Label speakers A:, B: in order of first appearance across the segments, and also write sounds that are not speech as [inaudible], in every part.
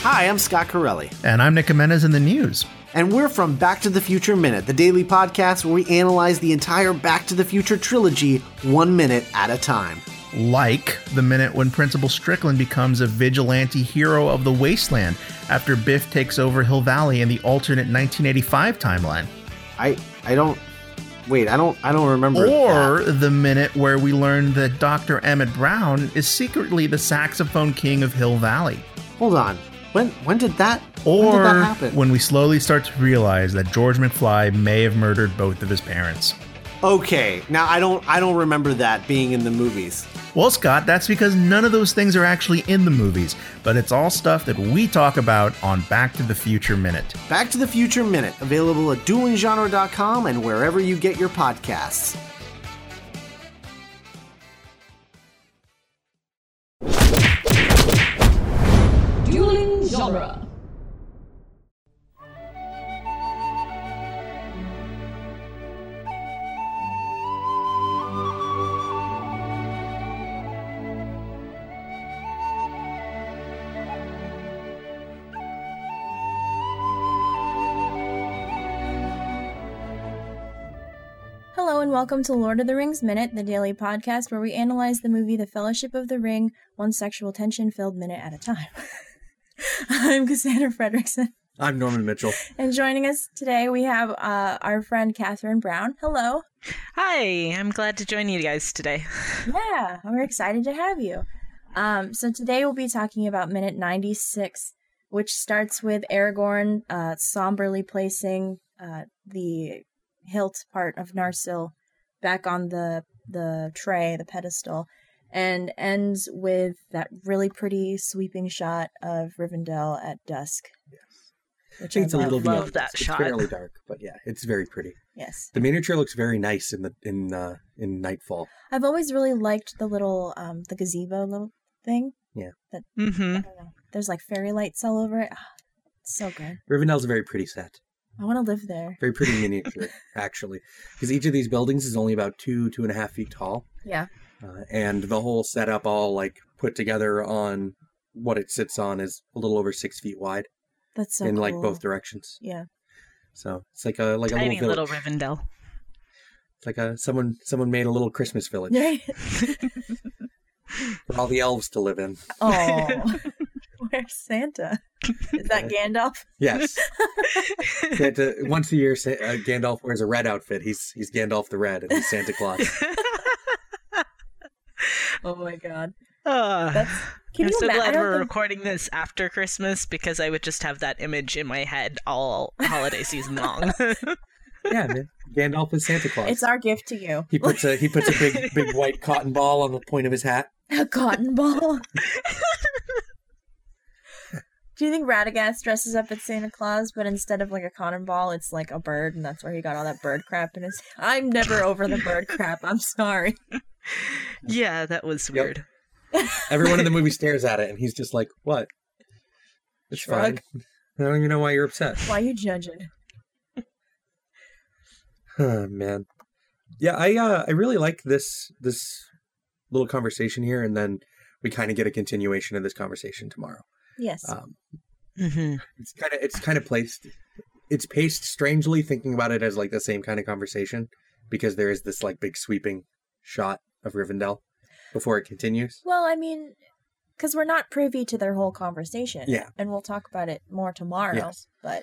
A: Hi, I'm Scott Corelli.
B: And I'm Nick Jimenez in the news.
A: And we're from Back to the Future Minute, the daily podcast where we analyze the entire Back to the Future trilogy one minute at a time.
B: Like the minute when Principal Strickland becomes a vigilante hero of the wasteland after Biff takes over Hill Valley in the alternate 1985 timeline.
A: I I don't wait, I don't I don't remember.
B: Or
A: that.
B: the minute where we learn that Dr. Emmett Brown is secretly the saxophone king of Hill Valley.
A: Hold on. When when did that
B: Or
A: when did that happen?
B: when we slowly start to realize that George McFly may have murdered both of his parents.
A: okay, now I don't I don't remember that being in the movies.
B: Well, Scott, that's because none of those things are actually in the movies, but it's all stuff that we talk about on Back to the Future Minute.
A: Back to the Future Minute, available at duelinggenre.com and wherever you get your podcasts.
C: Dueling Genre.
D: Hello and welcome to Lord of the Rings Minute, the daily podcast where we analyze the movie The Fellowship of the Ring, one sexual tension filled minute at a time. [laughs] I'm Cassandra Fredrickson,
E: I'm Norman Mitchell.
D: and joining us today we have uh, our friend Catherine Brown. Hello.
F: Hi, I'm glad to join you guys today.
D: Yeah, we're excited to have you. Um, so today we'll be talking about minute 96, which starts with Aragorn uh, somberly placing uh, the hilt part of Narsil back on the the tray, the pedestal, and ends with that really pretty sweeping shot of Rivendell at dusk. Yes.
E: I
D: Which
E: think it's a little
F: love
E: beyond
F: that
E: It's
F: shot.
E: fairly dark, but yeah, it's very pretty.
D: Yes.
E: The miniature looks very nice in the in uh, in Nightfall.
D: I've always really liked the little um the gazebo little thing.
F: Mm-hmm.
D: I don't know. There's like fairy lights all over it. Ah, it's so good.
E: Rivendell's a very pretty set,
D: I want to live there.
E: very
F: [laughs]
E: pretty miniature actually, because each of these buildings is only about two two and a half feet tall,
D: Yeah.
E: uh, and the whole setup all like put together on what it sits on is a little over six feet wide
D: That's so
E: in like
D: cool.
E: both directions.
D: Yeah.
E: So it's like a like a
F: Tiny
E: little,
F: little
E: village.
F: Rivendell.
E: It's like a someone someone made a little Christmas village
D: Right.
E: [laughs]
D: [laughs]
E: for all the elves to live in.
D: oh. [laughs] Where's Santa? Is
E: [laughs]
D: that Gandalf? [laughs]
E: Yes. That, uh, once a year, Sa- uh, Gandalf wears a red outfit. He's he's Gandalf the Red, and he's Santa Claus.
D: Oh my god.
F: Ah.
D: That's Can
F: I'm
D: you
F: so
D: imagine?
F: glad we're recording this after Christmas because I would just have that image in my head all holiday season long. [laughs]
E: yeah, man. Gandalf is Santa Claus.
D: It's our gift to you.
E: he puts a he puts
D: [laughs]
E: a big big white cotton ball on the point of his hat.
D: A cotton ball. [laughs] Do you think Radagast dresses up as Santa Claus, but instead of like a cotton ball, it's like a bird, and that's where he got all that bird crap in his? [laughs] I'm never over the bird crap. I'm sorry.
F: yeah, that was weird.
E: Everyone in the movie stares at it, and he's just like, "What? It's
D: Shrug.
E: fine. I don't even know why you're upset." [sighs]
D: Why you judging?
E: Oh man. Yeah, I uh, I really like this this little conversation here, and then we kind of get a continuation of this conversation tomorrow.
D: Yes.
E: Um,
F: Mm-hmm.
E: it's kind of it's kind of placed it's paced strangely thinking about it as like the same kind of conversation because there is this like big sweeping shot of Rivendell before it continues.
D: Well, I mean, because we're not privy to their whole conversation.
E: Yeah.
D: And we'll talk about it more tomorrow.
E: Yes.
D: But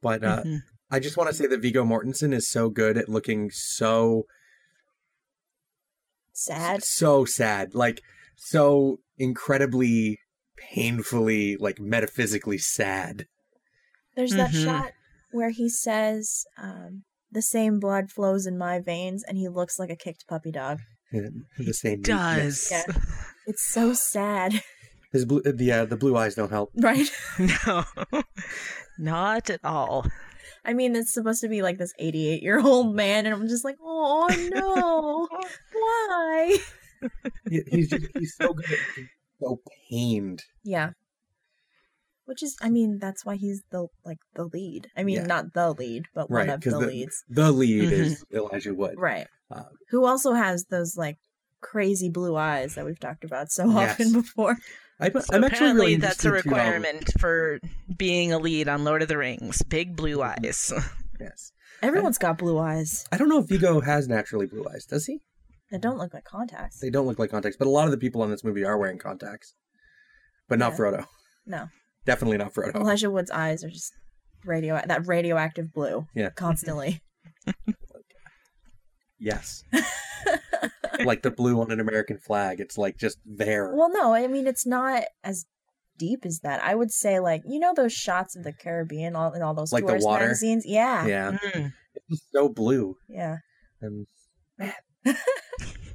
E: But uh,
F: Mhm.
E: I just want to say that Vigo Mortensen is so good at looking so
D: sad.
E: so sad, like so incredibly painfully like metaphysically sad.
D: There's that
F: Mhm.
D: shot where he says, um, the same blood flows in my veins, and he looks like a kicked puppy dog.
E: The same meekness.
F: Does. [laughs]
D: Yeah. It's so sad, [laughs]
E: his blue the uh, the blue eyes don't help.
D: right?
F: [laughs] No. Not at all.
D: I mean, it's supposed to be like this 88 year old man, and I'm just like, oh no, why?
E: He- He's just, he's so good at looking so pained.
D: Yeah. Which is, I mean, that's why he's the like the lead. I mean,
E: Yeah.
D: not the lead, but one
E: Right,
D: of
E: 'cause
D: the
E: the-
D: leads. Mm-hmm.
E: The lead is Elijah Wood.
D: Right.
E: Uh,
D: Who also has those like crazy blue eyes that we've talked about so
E: Yes.
D: often [laughs] before.
E: I, am
F: So
E: actually really
F: apparently, that's a
E: interested to, um,
F: requirement for being a lead on Lord of the Rings. Big blue
E: Mm-hmm.
F: eyes.
E: yes.
D: Everyone's got blue eyes.
E: I don't know if Vigo has naturally blue eyes. Does he?
D: They don't look like contacts.
E: They don't look like contacts, but a lot of the people in this movie are wearing contacts. But not
D: Yeah.
E: Frodo.
D: No.
E: Definitely not Frodo.
D: Elijah Wood's eyes are just radio that radioactive blue.
E: Yeah. [laughs]
D: Constantly. [laughs]
E: Yes. like the blue on an American flag. It's like just there.
D: well, no, I mean it's not as deep as that. I would say like you know those shots of the Caribbean all in all those
E: Like the
D: tourist
E: water?
D: magazines. Yeah. Yeah.
F: [laughs]
E: yeah.
F: Mm.
E: It's just so blue. And
D: [laughs]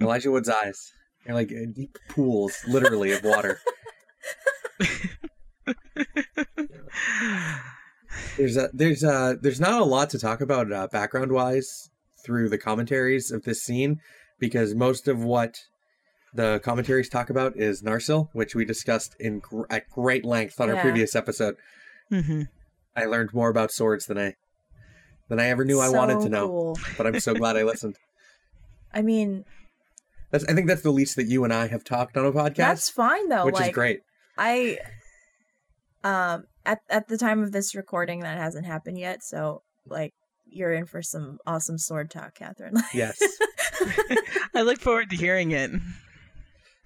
E: Elijah Wood's eyes. They're like uh, deep pools, literally, of water. There's a there's a there's not a lot to talk about uh, background wise through the commentaries of this scene because most of what the commentaries talk about is Narsil, which we discussed in gr- at great length on our
D: Yeah.
E: previous episode.
F: hmm
E: I learned more about swords than I than I ever knew I wanted
D: So
E: to know,
D: cool.
E: but I'm so glad I listened.
D: I mean,
E: That's I think that's the least that you and I have talked on a podcast,
D: that's fine though.
E: which
D: like
E: is great.
D: I um at at the time of this recording that hasn't happened yet, so like you're in for some awesome sword talk, Catherine. [laughs]
E: Yes,
F: I look forward to hearing it.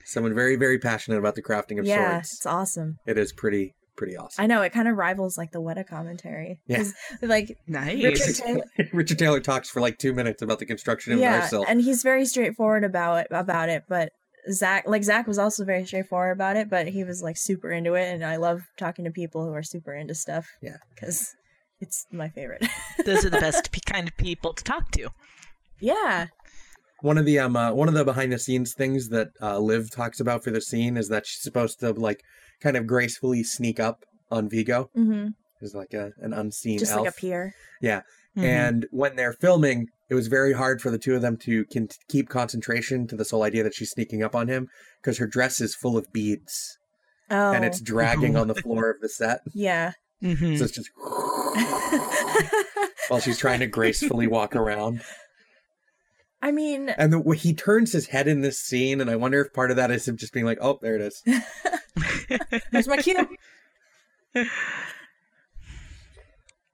E: someone very very passionate about the crafting of
D: yeah,
E: swords.
D: it's awesome.
E: It is pretty pretty awesome.
D: I know it kind of rivals like the Weta commentary.
E: Yeah.
D: 'Cause, Like Richard
F: Nice.
D: Taylor,
E: [laughs] Richard Taylor talks for like two minutes about the construction of
D: yeah,
E: Narsil.
D: and he's very straightforward about it. About it, but Zach, like Zach, was also very straightforward about it, but he was like super into it, and I love talking to people who are super into stuff.
E: Yeah.
D: because it's my favorite. [laughs]
F: Those are the best pe- kind of people to talk to.
D: yeah,
E: one of the um uh, one of the behind the scenes things that uh, Liv talks about for the scene is that she's supposed to like kind of gracefully sneak up on Vigo.
D: mm-hmm.
E: Is like a, an unseen
D: just
E: elf.
D: like Mm-hmm. a peer.
F: Mhm.
E: And when they're filming, it was very hard for the two of them to can keep concentration to this whole idea that she's sneaking up on him because her dress is full of beads
D: Oh,
E: and it's
D: [laughs]
E: dragging on the floor of the set.
D: yeah.
F: Mhm.
E: So it's
D: [laughs]
E: just [laughs] while she's trying to gracefully walk around.
D: I mean,
E: And the, he turns his head in this scene, and I wonder if part of that is him just being like, "Oh, there
D: [laughs]
E: it is."
D: there's my cue.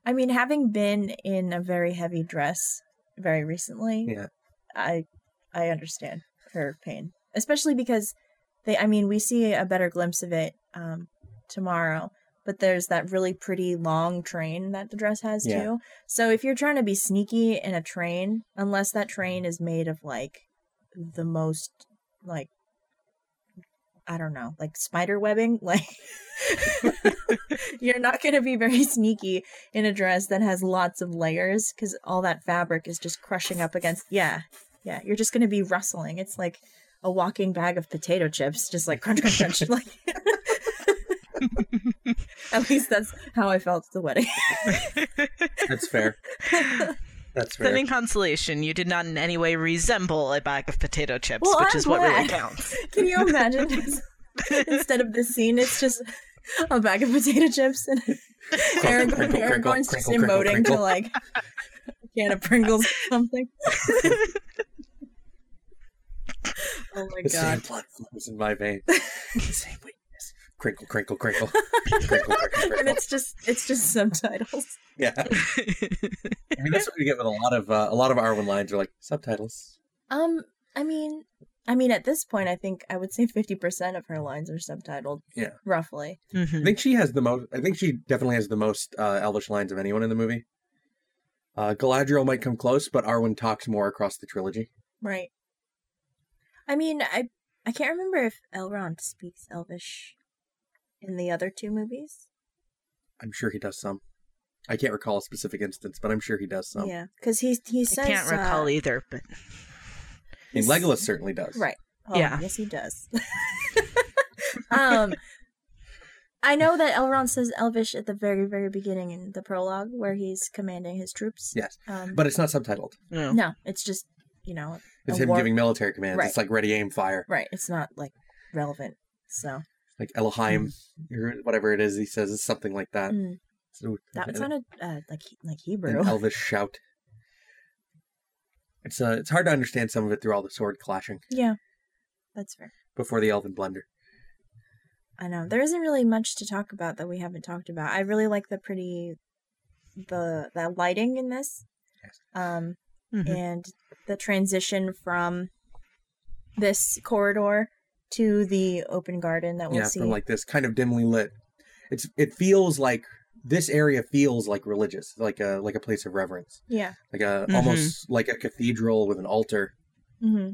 D: I mean, having been in a very heavy dress very recently,
E: Yeah.
D: I I understand her pain, especially because they. I mean, we see a better glimpse of it um, tomorrow, but there's that really pretty long train that the dress has
E: Yeah.
D: too. So if you're trying to be sneaky in a train, unless that train is made of like the most like I don't know, like spider webbing, [laughs] like you're not going to be very sneaky in a dress that has lots of layers because all that fabric is just crushing up against. Yeah, yeah, you're just going to be rustling. It's like a walking bag of potato chips, just like crunch, crunch, crunch. like, [laughs] at least that's how I felt at the wedding. [laughs]
E: That's fair. That's fair.
F: Then, in consolation, you did not in any way resemble a bag of potato chips,
D: Well,
F: which
D: I'm
F: is what really
D: glad.
F: counts.
D: [laughs] Can you imagine? just- [laughs] Instead of this scene, it's just a bag of potato chips and [laughs] Aragorn,
E: crinkle, crinkle,
D: Aragorn's just
E: crinkle, crinkle,
D: emoting
E: crinkle.
D: to like a can of Pringles or something. [laughs] oh my
E: the
D: god.
E: same blood flows in
D: [laughs]
E: my veins. the same weakness. Crinkle, crinkle, crinkle. crinkle, crinkle,
D: and
E: crinkle.
D: it's just it's just subtitles.
E: [laughs]
D: [laughs]
E: Yeah. I mean, that's what we get with a lot of uh, a lot of Arwen lines. Are like subtitles.
D: Um, I mean, I mean, at this point, I think I would say fifty percent of her lines are subtitled.
E: Yeah.
D: roughly.
E: I
F: Mhm.
E: think she has the most. I think she definitely has the most uh, Elvish lines of anyone in the movie. Uh, Galadriel might come close, but Arwen talks more across the trilogy.
D: Right. I mean, I I can't remember if Elrond speaks Elvish in the other two movies.
E: I'm sure he does some. I can't recall a specific instance, but I'm sure he does some.
D: Yeah, because he he
F: I
D: says
F: can't recall
D: uh,
F: either, but
E: I mean, Legolas certainly does.
D: Right. Oh,
F: Yeah.
D: Yes, he does. [laughs] um, I know that Elrond says Elvish at the very, very beginning in the prologue where he's commanding his troops.
E: Yes,
D: Um,
E: but it's not subtitled.
F: no.
D: no, it's just you know,
E: It's
D: A
E: him
D: war-
E: giving military commands.
D: Right.
E: It's like ready, aim, fire.
D: right? It's not like relevant. So
E: Like Elohim or whatever it is he says. It's something like that.
D: mm,
E: So-
D: that sounded uh, like he- like Hebrew. [laughs]
E: an elvish shout. It's uh, it's hard to understand some of it through all the sword clashing
D: yeah, that's fair.
E: before the elven blunder.
D: I know there isn't really much to talk about that we haven't talked about. I really like the pretty, the the lighting in this,
E: Yes.
D: um,
F: Mhm.
D: and the transition from this corridor to the open garden that we'll
E: yeah,
D: see.
E: from like this kind of dimly lit. It's it feels like this area feels like religious, like a like a place of reverence,
D: yeah.
E: like a
F: Mhm.
E: almost like a cathedral with an altar.
D: hmm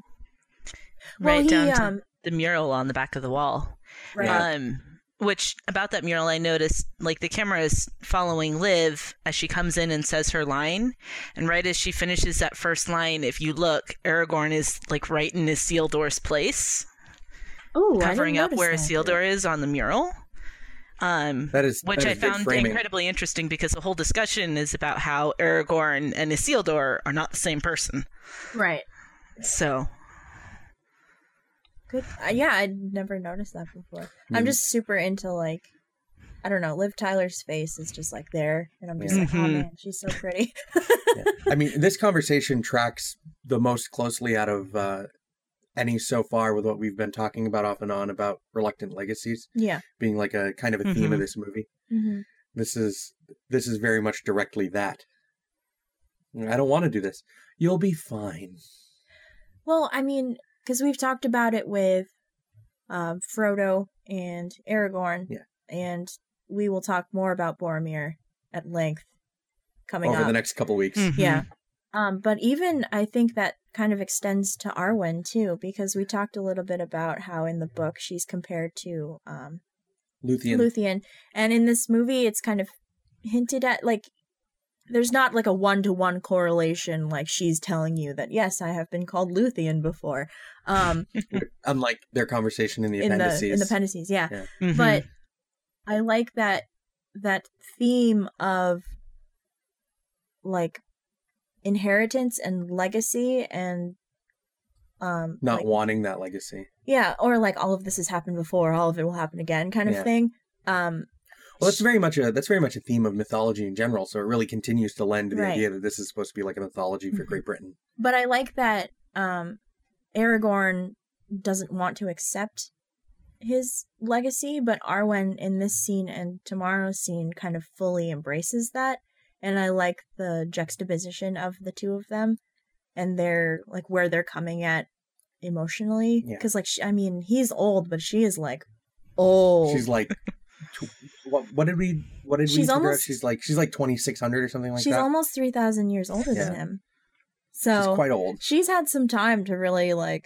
D: well,
F: right
D: he,
F: down to
D: um,
F: the mural on the back of the wall.
D: right.
E: Yeah.
F: Um, which about that mural, I noticed like the camera is following Liv as she comes in and says her line, and right as she finishes that first line, if you look, Aragorn is like right in his Sealdor's place,
D: Ooh, I
F: Uh, covering
D: didn't
F: up where
D: notice that.
F: Sealdor is on the mural. Um,
E: That is
F: which
E: that
F: I
E: is big
F: found
E: framing.
F: incredibly interesting because the whole discussion is about how Aragorn and Isildur are not the same person.
D: Right.
F: So
D: Good. Uh, yeah, I'd never noticed that before. I'm
E: Mhm.
D: just super into like, I don't know. Liv Tyler's face is just like there, and I'm just
F: Yeah.
D: like, oh
F: Mhm.
D: man, she's so pretty. [laughs]
E: I mean, this conversation tracks the most closely out of uh, any so far with what we've been talking about off and on about reluctant legacies
D: yeah.
E: being like a kind of a theme
F: Mhm.
E: of this movie.
D: hmm
E: This is this is very much directly that. I don't want to do this. You'll be fine.
D: Well, I mean, because we've talked about it with um, Frodo and Aragorn,
E: Yeah.
D: and we will talk more about Boromir at length coming
E: over
D: up.
E: the next couple weeks.
F: Mm-hmm.
D: Yeah. Um, but even I think that kind of extends to Arwen too, because we talked a little bit about how in the book she's compared to um,
E: Luthien.
D: Luthien. And in this movie, it's kind of hinted at like there's not like a one to one correlation. Like she's telling you that yes, I have been called Luthien before. Um,
E: unlike their conversation in [laughs] the
D: in
E: appendices. Mm-hmm.
D: the in the appendices, yeah.
F: Mhm.
D: But I like that that theme of like inheritance and legacy and um
E: not
D: like-
E: wanting that legacy.
D: yeah or like all of this has happened before all of it will happen again kind of
E: Yeah.
D: thing um
E: Well, that's very much a that's very much a theme of mythology in general. So it really continues to lend to the
D: Right.
E: idea that this is supposed to be like a mythology for
F: Mm-hmm.
D: Mhm.
E: Great Britain.
D: but I like that um Aragorn doesn't want to accept his legacy, but Arwen in this scene and tomorrow's scene kind of fully embraces that. And I like the juxtaposition of the two of them and their like where they're coming at emotionally.
E: Yeah.
D: Because like she, I mean, he's old, but she is like old.
E: She's like, tw- what, what did we? What did we?
D: She's
E: figure out?
D: almost-
E: She's like she's like twenty six hundred or something like
D: She's
E: that.
D: almost three thousand years older than
E: Yeah.
D: him.
E: she's
D: So
F: [laughs]
E: quite old.
D: she's had some time to really like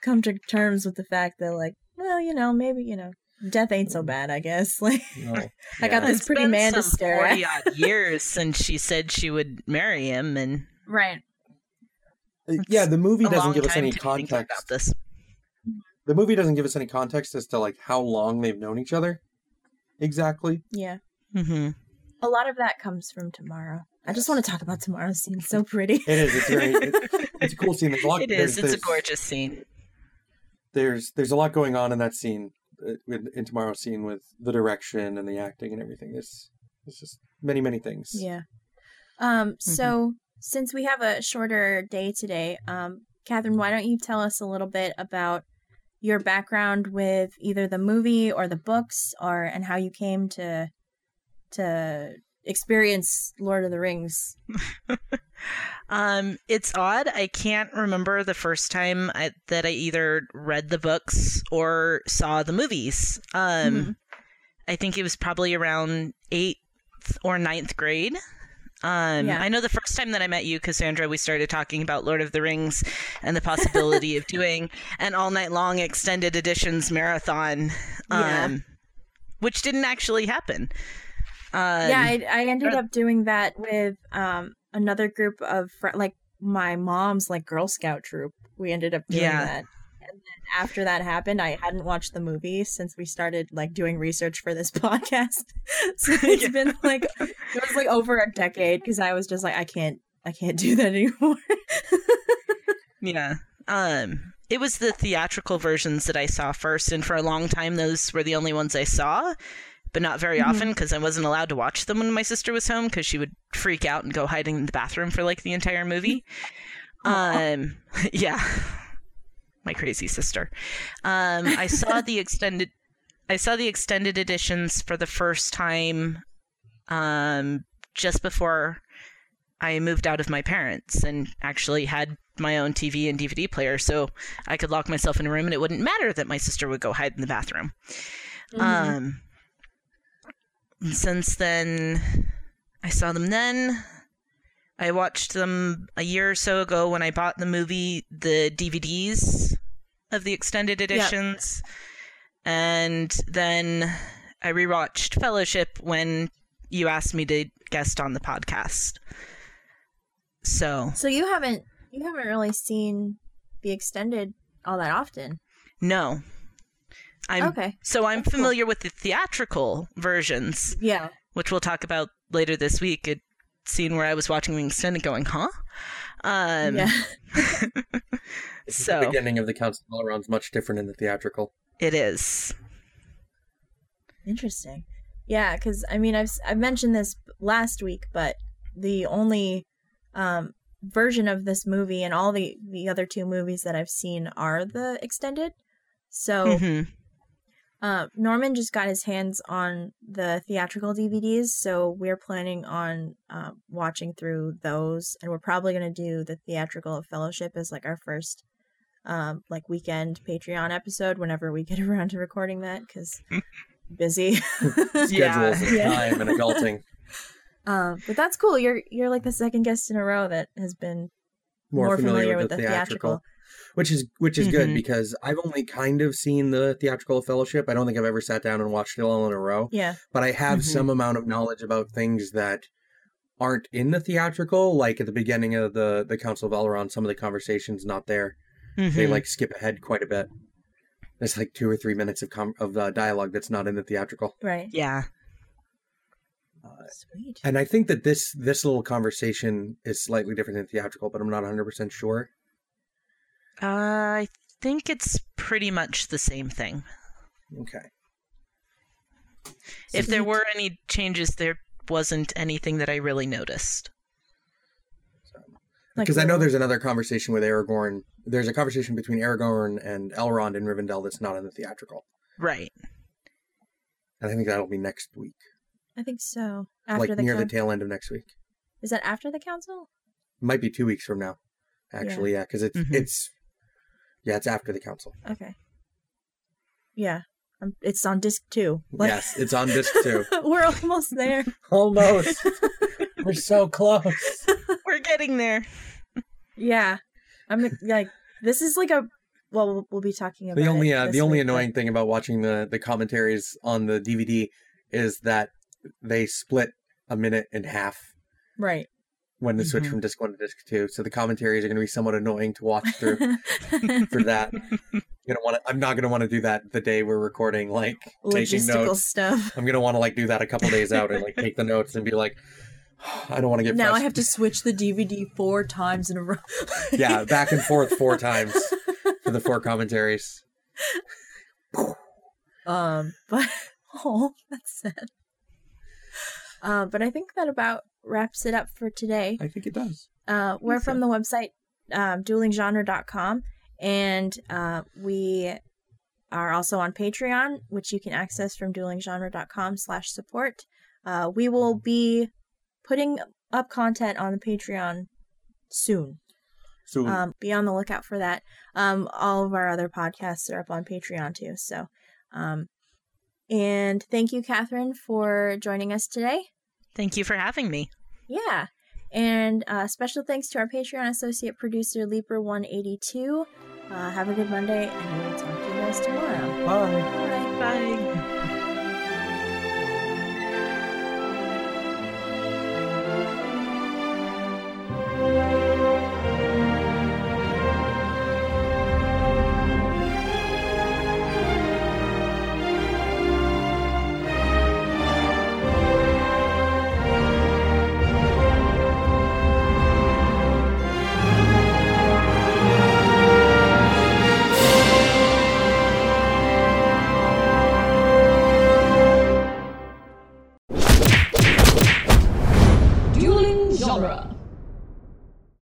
D: come to terms with the fact that like well you know maybe you know death ain't so bad i guess [laughs] like
E: No.
D: I got
E: Yeah.
D: this pretty
F: been
D: man to
F: some
D: stare at.
F: 40
D: [laughs]
F: odd years since she said she would marry him, and
D: right
E: Yeah, the movie
F: a long
E: doesn't give us
F: time
E: any
F: to be thinking
E: context.
F: about this.
E: The movie doesn't give us any context as to like how long they've known each other. Exactly.
D: yeah
F: hmm
D: a lot of that comes from tomorrow i just want to talk about tomorrow's scene it's so pretty
E: It is. It's very. It's, it's a cool scene. There's a
F: [laughs]
E: lot.
F: It
E: there's-
F: is. It's a
E: there's-
F: gorgeous scene.
E: there's there's a lot going on in that scene uh, with in tomorrow's scene with the direction and the acting and everything there's there's just many many things
D: yeah um so since we have a shorter day today um catherine why don't you tell us a little bit about your background with either the movie or the books or and how you came to to experience lord of the rings
F: Um, it's odd. I can't remember the first time I, that I either read the books or saw the movies. Um,
D: Mhm.
F: I think it was probably around eighth or ninth grade. Um,
D: Yeah.
F: I know the first time that I met you, Cassandra, we started talking about Lord of the Rings and the possibility of doing an all night long extended editions marathon, um,
D: Yeah.
F: which didn't actually happen. Um,
D: yeah I, I ended
F: or-
D: up doing that with um another group of fr- like my mom's like girl scout troop we ended up doing
F: Yeah.
D: that and then after that happened i hadn't watched the movie since we started like doing research for this [laughs] podcast
F: [laughs]
D: so it's
F: Yeah.
D: been like it was like over a decade because i was just like i can't i can't do that anymore [laughs]
F: Yeah. Um it was the theatrical versions that I saw first and for a long time those were the only ones I saw, but not very
D: Mhm.
F: often because I wasn't allowed to watch them when my sister was home cuz she would freak out and go hiding in the bathroom for like the entire movie.
D: Aw.
F: um [laughs] yeah. My crazy sister. Um I saw the extended I saw the extended editions for the first time um, just before I moved out of my parents and actually had my own TV and DVD player, so I could lock myself in a room and it wouldn't matter that my sister would go hide in the bathroom. Um, and since then, I saw them then. I watched them a year or so ago when I bought the movie, the DVDs of the extended editions. And then I rewatched Fellowship when you asked me to guest on the podcast. So,
D: So you haven't you haven't really seen the extended all that often.
F: no. I'm
D: Okay.
F: So I'm familiar with the theatrical versions,
D: Yeah.
F: which we'll talk about later this week. A scene where I was watching the extended going, huh? Um,
D: yeah.
E: The
F: So
E: beginning of the Council of Elrond's much different in the theatrical.
F: it is.
D: Interesting. Yeah, because I mean, I've s- I've mentioned this last week, but the only um, version of this movie and all the the other two movies that I've seen are the extended. So
F: Mhm.
D: uh, Norman just got his hands on the theatrical DVDs, so we're planning on uh, watching through those, and we're probably gonna do the theatrical of Fellowship as like our first um, like weekend Patreon episode whenever we get [laughs] around to recording that because busy.
F: Yeah.
E: Schedules
D: [laughs] [laughs]
E: and
D: Yeah.
E: time and adulting.
D: um, but that's cool. You're you're like the second guest in a row that has been [laughs] more, familiar, with the, theatrical. Mm-hmm.
E: Which is which is good
F: Mhm.
E: because I've only kind of seen the theatrical fellowship. I don't think I've ever sat down and watched it all in a row.
D: Yeah. Mm-hmm.
E: But I have
F: Mhm.
E: some amount of knowledge about things that aren't in the theatrical, like at the beginning of the the Council of Elrond, some of the conversations not there. They
D: Hmm.
F: Mhm.
E: like skip ahead quite a bit. There's like two or three minutes of com- of uh, dialogue that's not in the theatrical.
D: Right.
F: yeah.
D: Sweet.
E: And I think that this this little conversation is slightly different than theatrical, but I'm not 100% sure.
F: Uh, I think it's pretty much the same thing.
E: Okay.
F: If there were any changes, there wasn't anything that I really noticed.
D: Like
E: Because I know
D: little-
E: there's another conversation with Aragorn. There's a conversation between Aragorn and Elrond in Rivendell that's not in the theatrical.
F: Right.
E: And I think that'll be next week,
D: I think so. After
E: like
D: the,
E: near
D: coun-
E: the tail end of next week.
D: is that after the council?
E: Might be two weeks from now, actually. Yeah, because it's
D: Mm-hmm.
F: Mhm.
E: it's yeah, it's after the council.
D: Okay. Yeah, um, it's on disc two. Like-
E: Yes, it's on disc
D: [laughs]
E: two.
D: We're almost there.
E: Almost. We're so close.
F: We're getting there.
D: Yeah, I'm like this is like a well. We'll, we'll be talking about
E: The only
D: it
E: uh, the
D: this
E: only
D: week, but-
E: annoying thing about watching the the commentaries on the DVD is that they split a minute in half
D: right?
E: when they switch
F: Mhm.
E: from disc one to disc two. So the commentaries are going to be somewhat annoying to watch through. for that. You don't want to, I'm not going to want to do that the day we're recording, like taking
D: Logistical
E: notes.
D: stuff.
E: I'm going to want to like do that a couple days out and like take the notes and be like, [sighs] I don't want to get
D: Now I
E: frust-
D: have to switch the DVD four times in a row. [laughs]
E: yeah back and forth four times for the four commentaries.
D: Um, [laughs] but oh, that's sad. Uh, but I think that about wraps it up for today.
E: I think it does.
D: Uh, we're from the website um, duelinggenre.com, and uh, we are also on Patreon, which you can access from duelinggenre.com slash support. Uh, we will be putting up content on the Patreon soon.
E: So
D: Um, be on the lookout for that. Um, all of our other podcasts are up on Patreon too. So, um, and thank you, Catherine, for joining us today.
F: Thank you for having me.
D: Yeah. And uh, special thanks to our Patreon associate producer, Leaper182. Uh, have a good Monday, and we'll talk to you guys tomorrow.
E: bye.
D: Bye.
F: Bye.